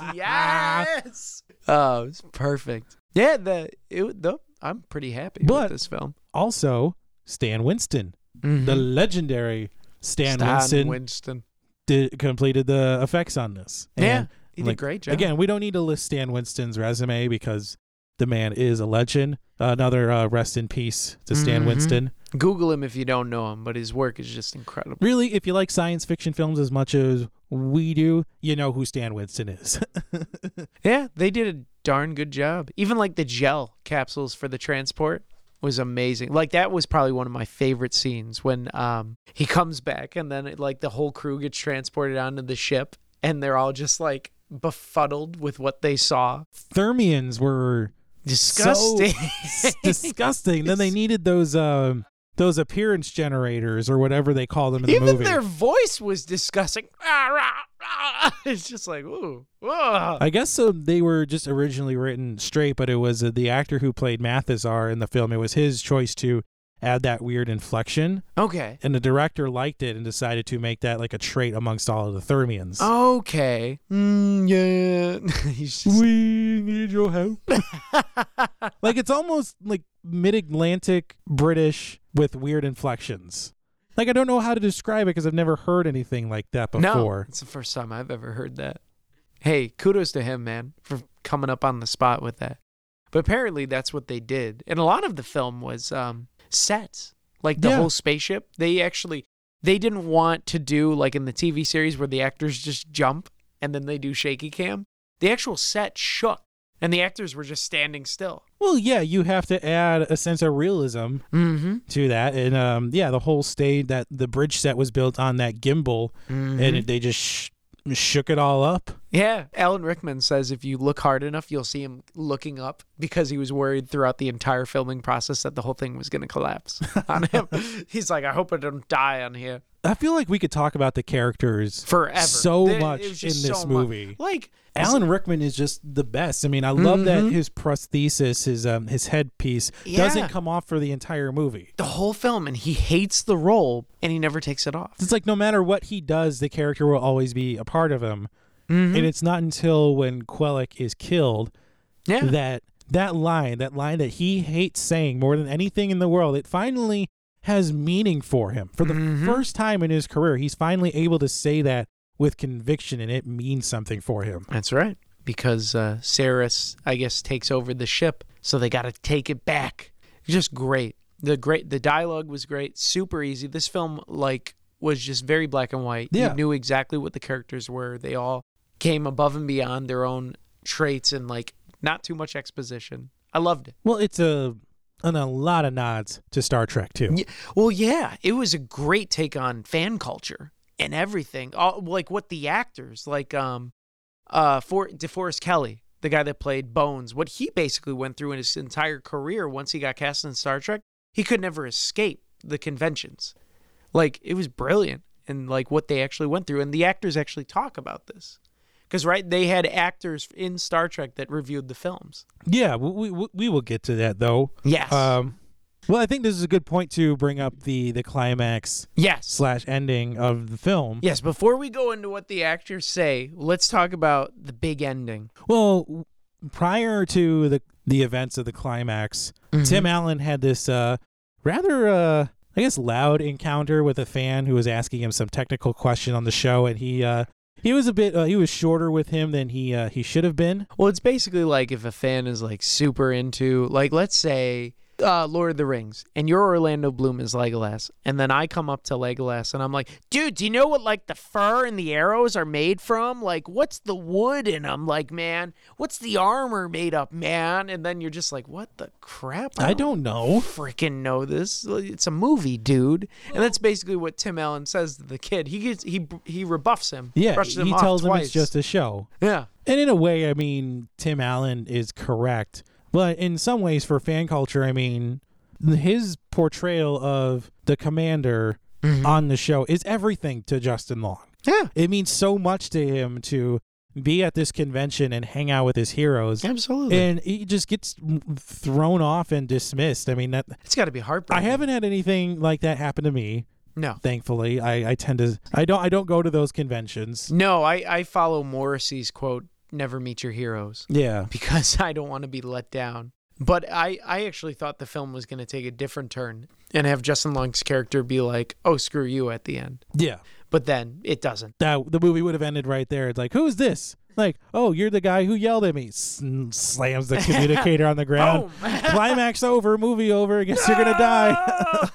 S2: yes. Oh, it's perfect. Yeah, the, it, the I'm pretty happy
S1: But-
S2: with this film.
S1: also, Stan Winston, the legendary Stan,
S2: Mm-hmm. Stan
S1: Winston,
S2: Winston.
S1: did, completed the effects on this.
S2: Yeah,
S1: And,
S2: he did
S1: like,
S2: a great job.
S1: Again, we don't need to list Stan Winston's resume because the man is a legend. another uh, rest in peace to Stan
S2: Mhm.
S1: Winston.
S2: Google him if you don't know him, but his work is just incredible.
S1: Really, if you like science fiction films as much as we do, you know who Stan Winston is. <laughs>
S2: Yeah, they did a darn good job. Even like the gel capsules for the transport was amazing. Like that was probably one of my favorite scenes when um he comes back and then like the whole crew gets transported onto the ship and they're all just like befuddled with what they saw.
S1: Thermians were
S2: Disgusting. <laughs>
S1: s- disgusting. Then they needed those um those appearance generators or whatever they call them in the
S2: Even
S1: movie.
S2: their voice was disgusting. <laughs> Ah, rah, rah. It's just like, ooh, ugh.
S1: I guess so. They were just originally written straight, but it was uh, the actor who played Mathazar in the film. It was his choice to add that weird inflection,
S2: Okay.
S1: and the director liked it and decided to make that like a trait amongst all of the Thermians.
S2: Okay. Mm, yeah. <laughs> He's just-
S1: We need your help. <laughs>
S2: <laughs>
S1: like it's almost like mid-Atlantic British with weird inflections. Like I don't know how to describe it because I've never heard anything like that
S2: No,
S1: before.
S2: it's the first time I've ever heard that. Hey, kudos to him, man, for coming up on the spot with that. But apparently, that's what they did, and a lot of the film was um, sets, like the
S1: Yeah.
S2: whole spaceship. They actually they didn't want to do like in the TV series where the actors just jump and then they do shaky cam. The actual set shook, and the actors were just standing still.
S1: Well, yeah, you have to add a sense of realism
S2: Mm-hmm.
S1: to that and um yeah the whole stage that the bridge set was built on that gimbal and
S2: Mm-hmm.
S1: it, they just sh- shook it all up
S2: Yeah, Alan Rickman says if you look hard enough, you'll see him looking up because he was worried throughout the entire filming process that the whole thing was going to
S1: <laughs>
S2: collapse on him. He's like, I hope I don't die on here
S1: i feel like we could talk about the characters
S2: forever.
S1: so
S2: There- it
S1: much
S2: was
S1: in
S2: just
S1: this
S2: so mu-
S1: movie
S2: Like
S1: alan rickman is just the best i mean i love that his prosthesis his um his headpiece doesn't
S2: Yeah.
S1: come off for the entire movie
S2: the whole film, and he hates the role, and he never takes it off.
S1: it's like no matter what he does the character will always be a part of him
S2: Mm-hmm.
S1: and it's not until when quellic is killed
S2: Yeah,
S1: that that line, that line that he hates saying more than anything in the world, it finally has meaning for him. For the
S2: Mm-hmm.
S1: first time in his career, he's finally able to say that with conviction and it means something for him.
S2: that's right. Because uh, Saris, I guess, takes over the ship, so they got to take it back. Just great. The great the dialogue was great, super easy. This film like was just very black and white.
S1: Yeah.
S2: You knew exactly what the characters were. They all came above and beyond their own traits and like not too much exposition. I loved it.
S1: Well, it's a and a lot of nods to Star Trek too.
S2: Yeah. Well, yeah, it was a great take on fan culture and everything. All, like what the actors, like um, uh, for DeForest Kelly, the guy that played Bones, what he basically went through in his entire career once he got cast in Star Trek, he could never escape the conventions. Like it was brilliant, and like what they actually went through, and the actors actually talk about this. Because right, they had actors in Star Trek that reviewed the films.
S1: Yeah, we, we we will get to that though.
S2: Yes,
S1: Um well, I think this is a good point to bring up the the climax
S2: yes.
S1: slash ending of the film.
S2: Yes, before we go into what the actors say, let's talk about the big ending.
S1: Well, w- prior to the the events of the climax,
S2: Mm-hmm.
S1: Tim Allen had this uh, rather, uh, I guess, loud encounter with a fan who was asking him some technical question on the show, and he uh, he was a bit uh, he was shorter with him than he uh, he should have been.
S2: Well, it's basically like if a fan is like super into, like, let's say uh, Lord of the Rings, and your Orlando Bloom is Legolas, and then I come up to Legolas and I'm like, dude, do you know what like the fur and the arrows are made from? Like, what's the wood in them? Like, man, what's the armor made up, man? And then you're just like, what the crap?
S1: I don't know.
S2: freaking know this. It's a movie, dude. And that's basically what Tim Allen says to the kid. He gets he he rebuffs him.
S1: Yeah,
S2: brushes him
S1: he
S2: off
S1: tells him
S2: twice.
S1: it's just a show,
S2: yeah.
S1: and in a way, I mean, Tim Allen is correct, but in some ways, for fan culture, I mean, his portrayal of the commander on the show is everything to Justin Long.
S2: Yeah.
S1: it means so much to him to be at this convention and hang out with his heroes
S2: Absolutely.
S1: and he just gets thrown off and dismissed i mean that
S2: it's got to be
S1: i
S2: heartbreaking.
S1: haven't had anything like that happen to me
S2: No.
S1: thankfully i i tend to i don't i don't go to those conventions
S2: No, I I follow Morrissey's quote, never meet your heroes <laughs>
S1: yeah
S2: because I don't want to be let down. But I I actually thought the film was going to take a different turn and have Justin Long's character be like, "Oh, screw you" at the end.
S1: yeah
S2: but then it doesn't.
S1: that the movie would have ended right there. It's like, who's this? Like, oh, you're the guy who yelled at me. S- slams the
S2: <laughs>
S1: communicator on the
S2: Oh.
S1: ground. Climax over, movie over. I guess you're gonna die.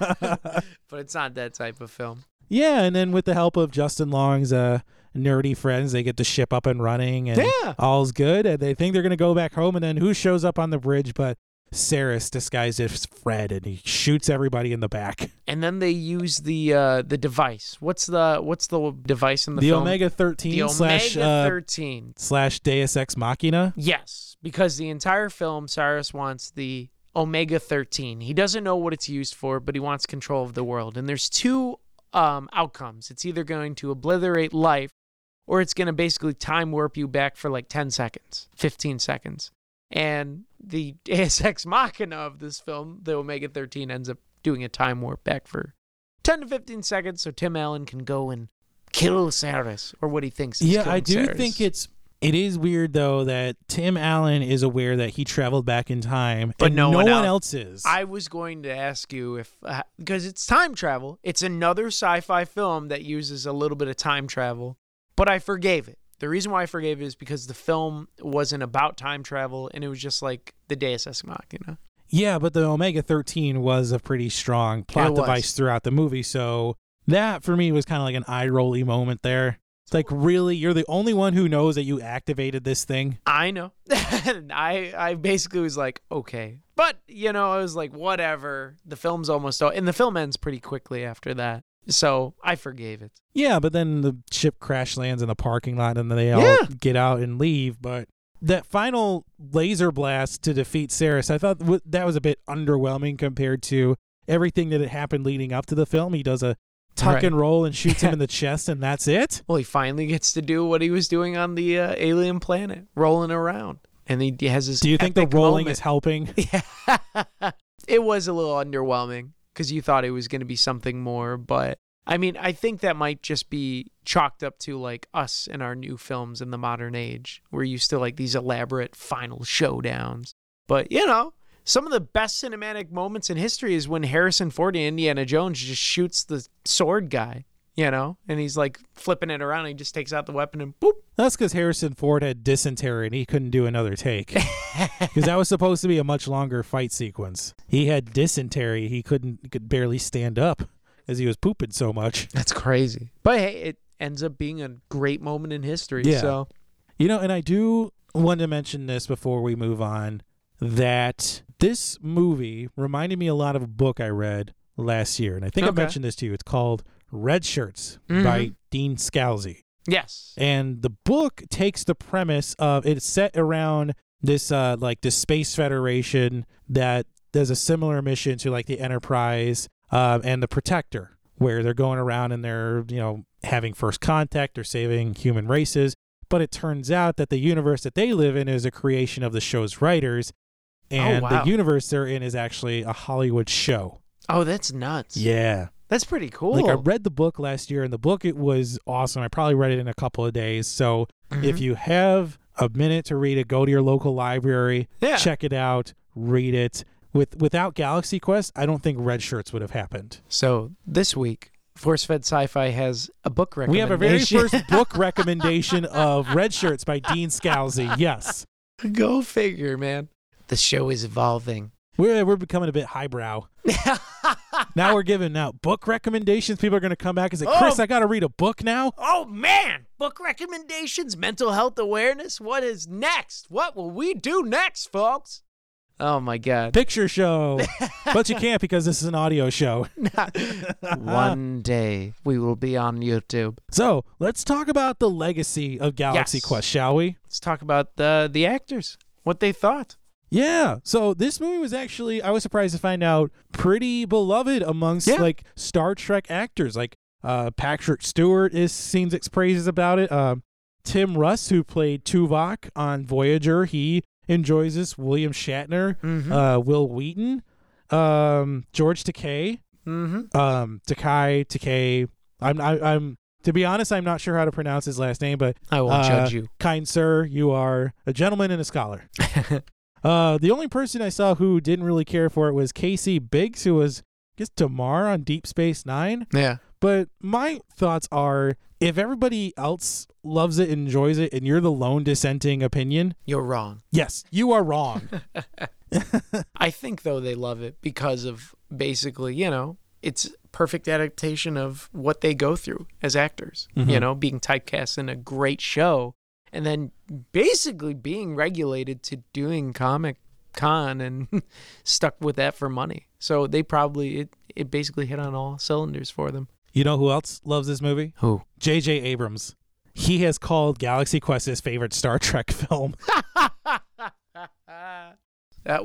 S1: <laughs>
S2: die. <laughs> but it's not that type of film.
S1: Yeah, and then with the help of Justin Long's uh, nerdy friends, they get the ship up and running, and
S2: Yeah.
S1: all's good. And they think they're gonna go back home, and then who shows up on the bridge? But Saris disguised as Fred, and he shoots everybody in the back.
S2: And then they use the uh, the device. What's the what's the device in the,
S1: The,
S2: film?
S1: Omega Thirteen
S2: the Omega
S1: slash uh,
S2: thirteen.
S1: slash Deus Ex Machina.
S2: Yes, because the entire film, Cyrus wants the Omega 13. He doesn't know what it's used for, but he wants control of the world. And there's two um, outcomes it's either going to obliterate life, or it's going to basically time warp you back for like 10 seconds, 15 seconds. And the <laughs> ASX Machina of this film, the Omega 13, ends up doing a time warp back for 10 to 15 seconds so Tim Allen can go and kill Cyrus, or what he thinks is
S1: yeah i
S2: killing
S1: do
S2: Cyrus.
S1: think it's it is weird though that tim allen is aware that he traveled back in time
S2: But
S1: and
S2: no one
S1: one
S2: else-
S1: else is
S2: I was going to ask you if because it's time travel. It's another sci-fi film that uses a little bit of time travel, but I forgave it. The reason why I forgave it is because the film wasn't about time travel, and it was just like the Deus Ex Machina.
S1: yeah but the omega 13 was a pretty strong plot
S2: was.
S1: device throughout the movie so that for me was kind of like an eye rolly moment there it's like really you're the only one who knows that you activated this thing
S2: I know. <laughs> And I I basically was like, okay, but you know, I was like, whatever. The film's almost over, and the film ends pretty quickly after that, so I forgave it.
S1: yeah but then the ship crash lands in the parking lot and then they all
S2: Yeah.
S1: get out and leave but that final laser blast to defeat Saris, I thought w- that was a bit underwhelming compared to everything that had happened leading up to the film. He does a tuck
S2: Right.
S1: and roll and shoots him
S2: <laughs>
S1: in the chest, and that's it.
S2: Well, he finally gets to do what he was doing on the uh, alien planet, rolling around, and he has his.
S1: Do you think the
S2: epic
S1: rolling is helping?
S2: moment. <laughs> Yeah, it was a little underwhelming because you thought it was going to be something more, but I mean, I think that might just be chalked up to like us and our new films in the modern age, where you still like these elaborate final showdowns. But you know, some of the best cinematic moments in history is when Harrison Ford in Indiana Jones just shoots the sword guy. You know, and he's like flipping it around. And he just takes out the weapon and boop,
S1: That's because Harrison Ford had dysentery and he couldn't do another
S2: <laughs>
S1: take. Because that was supposed to be a much longer fight sequence. He had dysentery. He couldn't he could barely stand up as he was pooping so much.
S2: That's crazy. But hey, it ends up being a great moment in history.
S1: Yeah.
S2: So
S1: You know, and I do want to mention this before we move on that this movie reminded me a lot of a book I read last year. And I think I
S2: Okay.
S1: mentioned this to you. It's called Red Shirts by
S2: Mhm.
S1: Dean Scalzi.
S2: yes.
S1: And the book takes the premise of it's set around this uh like the space federation that does a similar mission to like the Enterprise um, and the Protector, where they're going around and they're you know having first contact or saving human races. But it turns out that the universe that they live in is a creation of the show's writers, and
S2: wow.
S1: the universe they're in is actually a Hollywood show.
S2: Oh, that's nuts.
S1: Yeah.
S2: That's pretty cool.
S1: Like I read the book last year, and the book it was awesome. I probably read it in a couple of days. So if
S2: Mm-hmm.
S1: you have a minute to read it, go to your local library,
S2: Yeah.
S1: check it out, read it. With without Galaxy Quest, I don't think Red Shirts would have happened.
S2: so this week, Force Fed Sci-Fi has a book
S1: We
S2: recommendation.
S1: have a very
S2: <laughs>
S1: first book recommendation of Red Shirts by Dean Scalzi. Yes,
S2: Go figure, man. The show is evolving.
S1: we're we're becoming a bit highbrow. Now we're giving out book recommendations. People are going to come back and say, "Chris,
S2: Oh.
S1: I got to read a book now."
S2: <laughs> oh man, book recommendations, mental health awareness. What is next? What will we do next, folks? Oh my <laughs> god.
S1: Picture show, but you can't because this is an audio show.
S2: <laughs> One day we will be on YouTube.
S1: So let's talk about the legacy of Galaxy
S2: Yes.
S1: Quest, shall we?
S2: Let's talk about the the actors. What they thought.
S1: Yeah. So this movie was actually I was surprised to find out pretty beloved amongst
S2: Yeah.
S1: like Star Trek actors. Like uh Patrick Stewart is sings its praises about it. Um Tim Russ, who played Tuvok on Voyager, he enjoys this. William Shatner,
S2: Mm-hmm.
S1: uh, Will Wheaton, um, George Takei,
S2: Mm-hmm.
S1: um, Takai, Takei. I'm I, I'm to be honest, I'm not sure how to pronounce his last name, but
S2: I won't
S1: Uh,
S2: judge you.
S1: kind sir, you are a gentleman and a scholar. uh, the only person I saw who didn't really care for it was Casey Biggs, who was I guess Damar on Deep Space Nine.
S2: <laughs> Yeah.
S1: But my thoughts are if everybody else loves it, enjoys it, and you're the lone dissenting opinion,
S2: You're <laughs> wrong.
S1: yes, you are
S2: <laughs>
S1: wrong.
S2: I think though they love it because of basically, you know, it's perfect adaptation of what they go through as actors. You know, being typecast in a great show and then basically being regulated to doing comic con and <laughs> stuck with that for money. So they probably it, it basically hit on all cylinders for them. <laughs>
S1: you know who else loves this movie?
S2: Who?
S1: J.J. Abrams. He has called Galaxy Quest his favorite Star Trek <laughs> film.
S2: That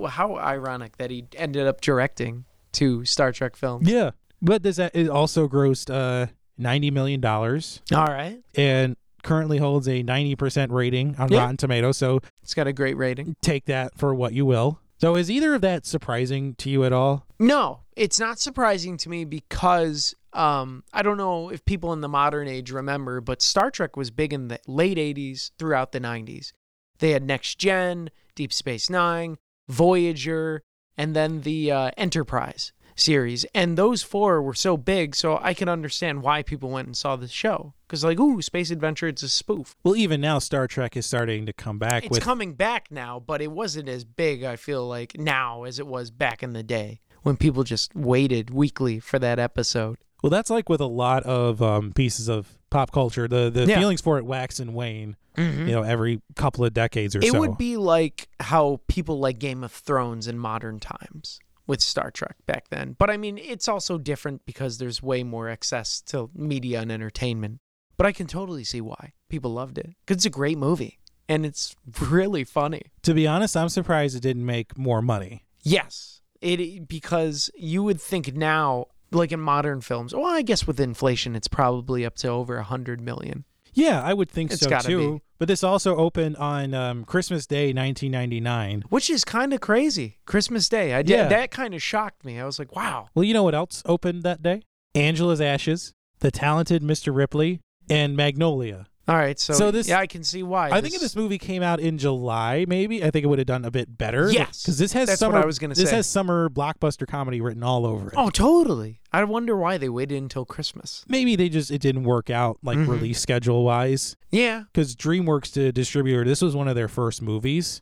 S2: how ironic that he ended up directing two Star Trek films.
S1: yeah. But this it also grossed uh, $90 million
S2: All right.
S1: and currently holds a 90% rating on
S2: Yeah.
S1: Rotten Tomatoes. So
S2: It's got a great rating.
S1: take that for what you will. So is either of that surprising to you at all?
S2: No, it's not surprising to me because um, I don't know if people in the modern age remember, but Star Trek was big in the late 80s throughout the 90s. They had Next Gen, Deep Space Nine, Voyager, and then the uh, Enterprise series. And those four were so big, so I can understand why people went and saw this show. Because, like, ooh, Space Adventure, it's a spoof.
S1: Well, even now, Star Trek is starting to come back
S2: It's
S1: with
S2: coming back now, but it wasn't as big, I feel like, now as it was back in the day when people just waited weekly for that episode.
S1: Well, that's like with a lot of um, pieces of pop culture. The the
S2: Yeah.
S1: feelings for it wax and wane. You know, every couple of decades or
S2: It
S1: so.
S2: would be like how people like Game of Thrones in modern times with Star Trek back then. But I mean, it's also different because there's way more access to media and entertainment. But I can totally see why people loved it because it's a great movie and it's <laughs> really funny.
S1: to be honest, I'm surprised it didn't make more money.
S2: Yes, it because you would think now, like in modern films. Well, I guess with inflation, it's probably up to over a hundred million.
S1: Yeah, I would think
S2: It's
S1: so
S2: gotta
S1: too.
S2: be.
S1: But this also opened on um, Christmas Day, 1999.
S2: Which is kind of crazy. Christmas Day, I did
S1: Yeah.
S2: that kind of shocked me. I was like, "Wow,
S1: Well, you know what else opened that day? Angela's Ashes, The Talented Mr. Ripley, and Magnolia.
S2: All right, so,
S1: So this-
S2: yeah, I can see why.
S1: I think if this movie came out in July, maybe I think it would have done a bit better.
S2: Yes.
S1: because this has
S2: That's what
S1: summer.
S2: I was gonna
S1: this
S2: say.
S1: has summer blockbuster comedy written all over it.
S2: Oh, totally. I wonder why they waited until Christmas.
S1: maybe they just it didn't work out like
S2: Mhm.
S1: release schedule wise
S2: Yeah,
S1: because DreamWorks to distributor this was one of their first movies,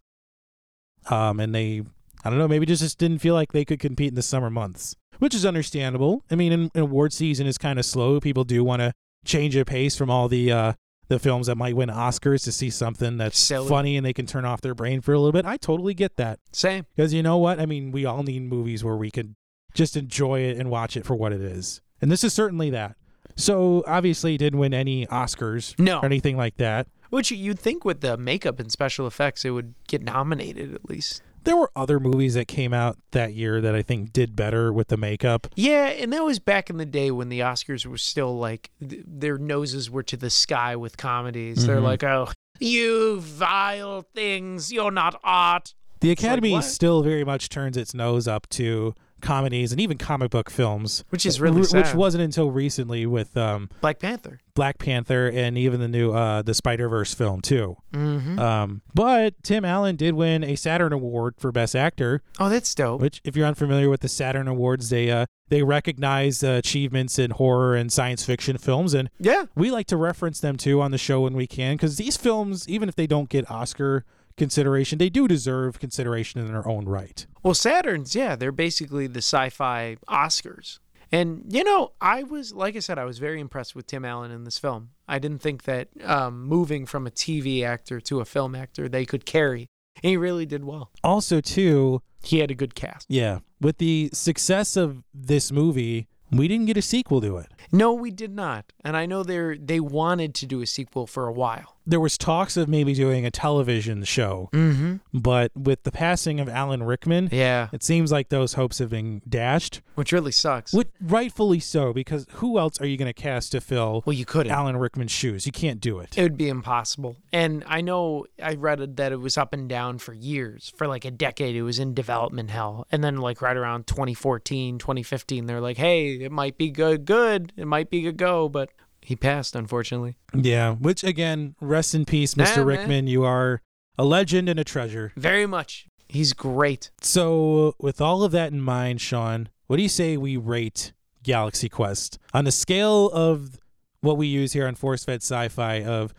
S1: um, and they I don't know maybe just just didn't feel like they could compete in the summer months, which is understandable. I mean, in, in award season is kind of slow. People do want to change their pace from all the uh, the films that might win Oscars to see something that's
S2: Silly.
S1: funny and they can turn off their brain for a little bit. I totally get that.
S2: same.
S1: Because you know what? I mean, we all need movies where we can just enjoy it and watch it for what it is. And this is certainly that. So obviously, it didn't win any Oscars
S2: No.
S1: or anything like that.
S2: Which you'd think with the makeup and special effects, it would get nominated at least.
S1: There were other movies that came out that year that I think did better with the makeup.
S2: Yeah, and that was back in the day when the Oscars were still like th- their noses were to the sky with comedies. They're
S1: Mhm.
S2: like, oh, you vile things, you're not art.
S1: The
S2: like,
S1: Academy
S2: what?
S1: still very much turns its nose up to comedies and even comic book films,
S2: Which is really
S1: wh- which
S2: sad.
S1: wasn't until recently with um,
S2: Black Panther.
S1: Black Panther and even the new uh, the Spider Verse film too.
S2: Mm-hmm.
S1: Um, but Tim Allen did win a Saturn Award for Best Actor,
S2: Oh, that's dope.
S1: which if you're unfamiliar with the Saturn Awards, they uh, they recognize uh, achievements in horror and science fiction films, and
S2: Yeah.
S1: we like to reference them too on the show when we can, because these films, even if they don't get Oscar consideration, they do deserve consideration in their own right.
S2: Well, Saturns, yeah, they're basically the sci-fi Oscars. And you know, I was like I said, I was very impressed with Tim Allen in this film. I didn't think that um, moving from a TV actor to a film actor they could carry, and he really did well.
S1: Also, too,
S2: He had a good cast.
S1: yeah, with the success of this movie, we didn't get a sequel to it.
S2: No, we did not. And I know they are they wanted to do a sequel for a while.
S1: There was talks of maybe doing a television show,
S2: Mm-hmm.
S1: but with the passing of Alan Rickman,
S2: Yeah,
S1: it seems like those hopes have been dashed.
S2: which really sucks.
S1: Which, rightfully so, because who else are you going to cast to fill
S2: Well, you couldn't.
S1: Alan Rickman's shoes? You can't do it.
S2: It would be impossible. And I know I read that it was up and down for years. For like a decade, it was in development hell. And then, like, right around 2014, 2015, they're like, hey, it might be good, good. It might be a go, but he passed, unfortunately.
S1: Yeah, which again, rest in peace,
S2: Nah,
S1: Mr.
S2: man.
S1: Rickman. You are a legend and a treasure.
S2: Very much. He's great.
S1: So, with all of that in mind, Sean, what do you say we rate Galaxy Quest on the scale of what we use here on Force Fed Sci Fi of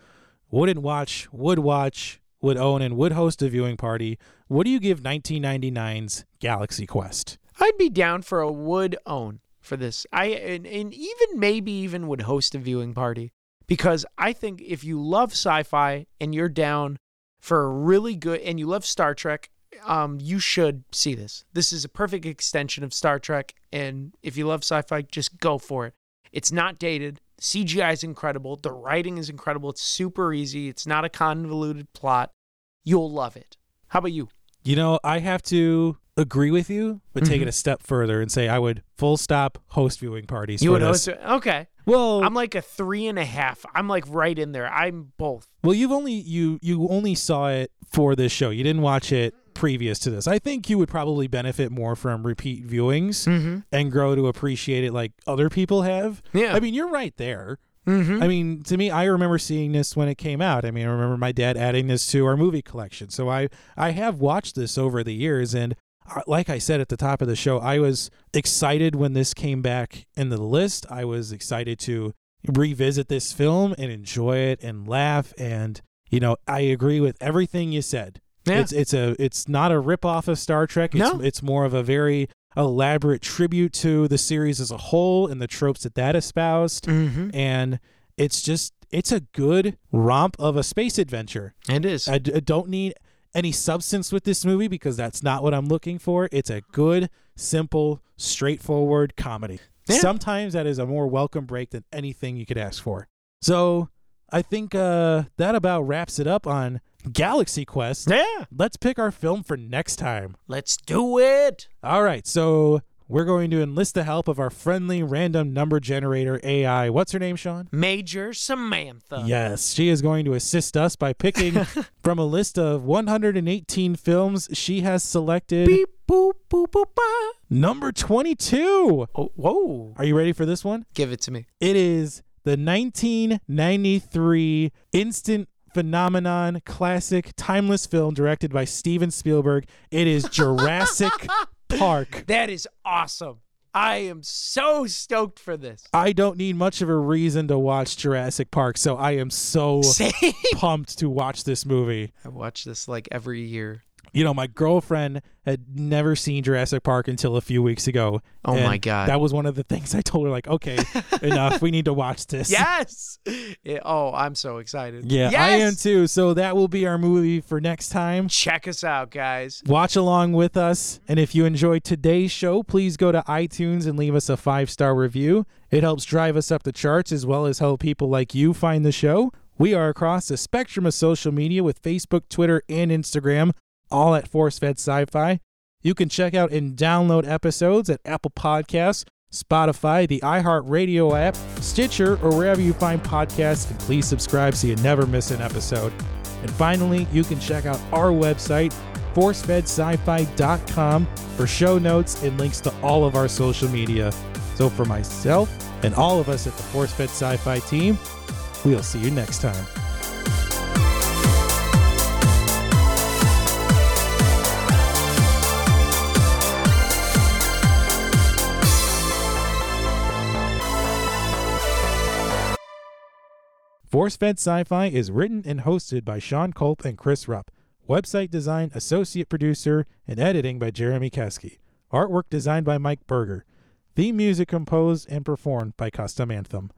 S1: wouldn't watch, would watch, would own, and would host a viewing party. What do you give 1999's Galaxy Quest?
S2: I'd be down for a would own for this. I and, and even maybe even would host a viewing party because I think if you love sci-fi and you're down for a really good and you love Star Trek, um, you should see this. This is a perfect extension of Star Trek, and if you love sci-fi, just go for it. It's not dated. CGI is incredible. The writing is incredible. It's super easy. It's not a convoluted plot. You'll love it. How about you?
S1: You know, I have to agree with you, but take
S2: Mhm.
S1: it a step further and say I would full stop host viewing parties.
S2: You
S1: for
S2: would
S1: this.
S2: host it? Okay.
S1: Well,
S2: I'm like a three and a half. I'm like right in there. I'm both.
S1: well, you've only you you only saw it for this show. You didn't watch it previous to this. I think you would probably benefit more from repeat viewings
S2: Mm-hmm.
S1: and grow to appreciate it like other people have.
S2: Yeah.
S1: I mean, you're right there.
S2: mm-hmm.
S1: I mean, to me, I remember seeing this when it came out. I mean, I remember my dad adding this to our movie collection. So I, I have watched this over the years. And I- like I said at the top of the show, I was excited when this came back in the list. I was excited to revisit this film and enjoy it and laugh. And, you know, I agree with everything you said.
S2: yeah.
S1: It's it's a it's not a ripoff of Star Trek. It's,
S2: No.
S1: it's more of a very elaborate tribute to the series as a whole and the tropes that that espoused
S2: Mm-hmm.
S1: and it's just it's a good romp of a space adventure.
S2: It is.
S1: I, d- I don't need any substance with this movie because that's not what I'm looking for. It's a good, simple, straightforward comedy.
S2: Yeah.
S1: Sometimes that is a more welcome break than anything you could ask for. So I think uh, that about wraps it up on Galaxy Quest.
S2: yeah.
S1: Let's pick our film for next time.
S2: Let's do it.
S1: All right, so we're going to enlist the help of our friendly random number generator AI. What's her name, Sean?
S2: Major Samantha.
S1: <laughs> Yes, she is going to assist us by picking from a list of 118 films she has selected
S2: Beep boop boop boop ba.
S1: number 22.
S2: Oh, whoa.
S1: Are you ready for this one?
S2: Give it to me.
S1: It is the 1993 instant phenomenon classic timeless film directed by Steven Spielberg. It is Jurassic Park.
S2: That is awesome. I am so stoked for this.
S1: I don't need much of a reason to watch Jurassic Park, so I am
S2: <laughs>
S1: so
S2: Same.
S1: pumped to watch this movie.
S2: I watch this like every year.
S1: you know, my girlfriend had never seen Jurassic Park until a few weeks ago.
S2: Oh my
S1: and
S2: God.
S1: That was one of the things I told her, like,
S2: <laughs>
S1: okay, enough. We need to watch this.
S2: Yes. <laughs> Yeah, oh, I'm so excited.
S1: Yeah,
S2: Yes!
S1: I am too. So that will be our movie for next time.
S2: Check us out, guys.
S1: Watch along with us. And if you enjoyed today's show, please go to iTunes and leave us a five star review. It helps drive us up the charts as well as help people like you find the show. We are across the spectrum of social media with Facebook, Twitter, and Instagram, all at Force Fed Sci Fi. You can check out and download episodes at Apple Podcasts, Spotify, the iHeartRadio app, Stitcher, or wherever you find podcasts. And please subscribe so you never miss an episode. And finally, you can check out our website, forcefedscifi.com, for show notes and links to all of our social media. So for myself and all of us at the Force Fed Sci-Fi team, we'll see you next time. Force Fed Sci Fi is written and hosted by Sean Culp and Chris Rupp. Website design, associate producer, and editing by Jeremy Keski. Artwork designed by Mike Berger. Theme music composed and performed by Custom Anthem.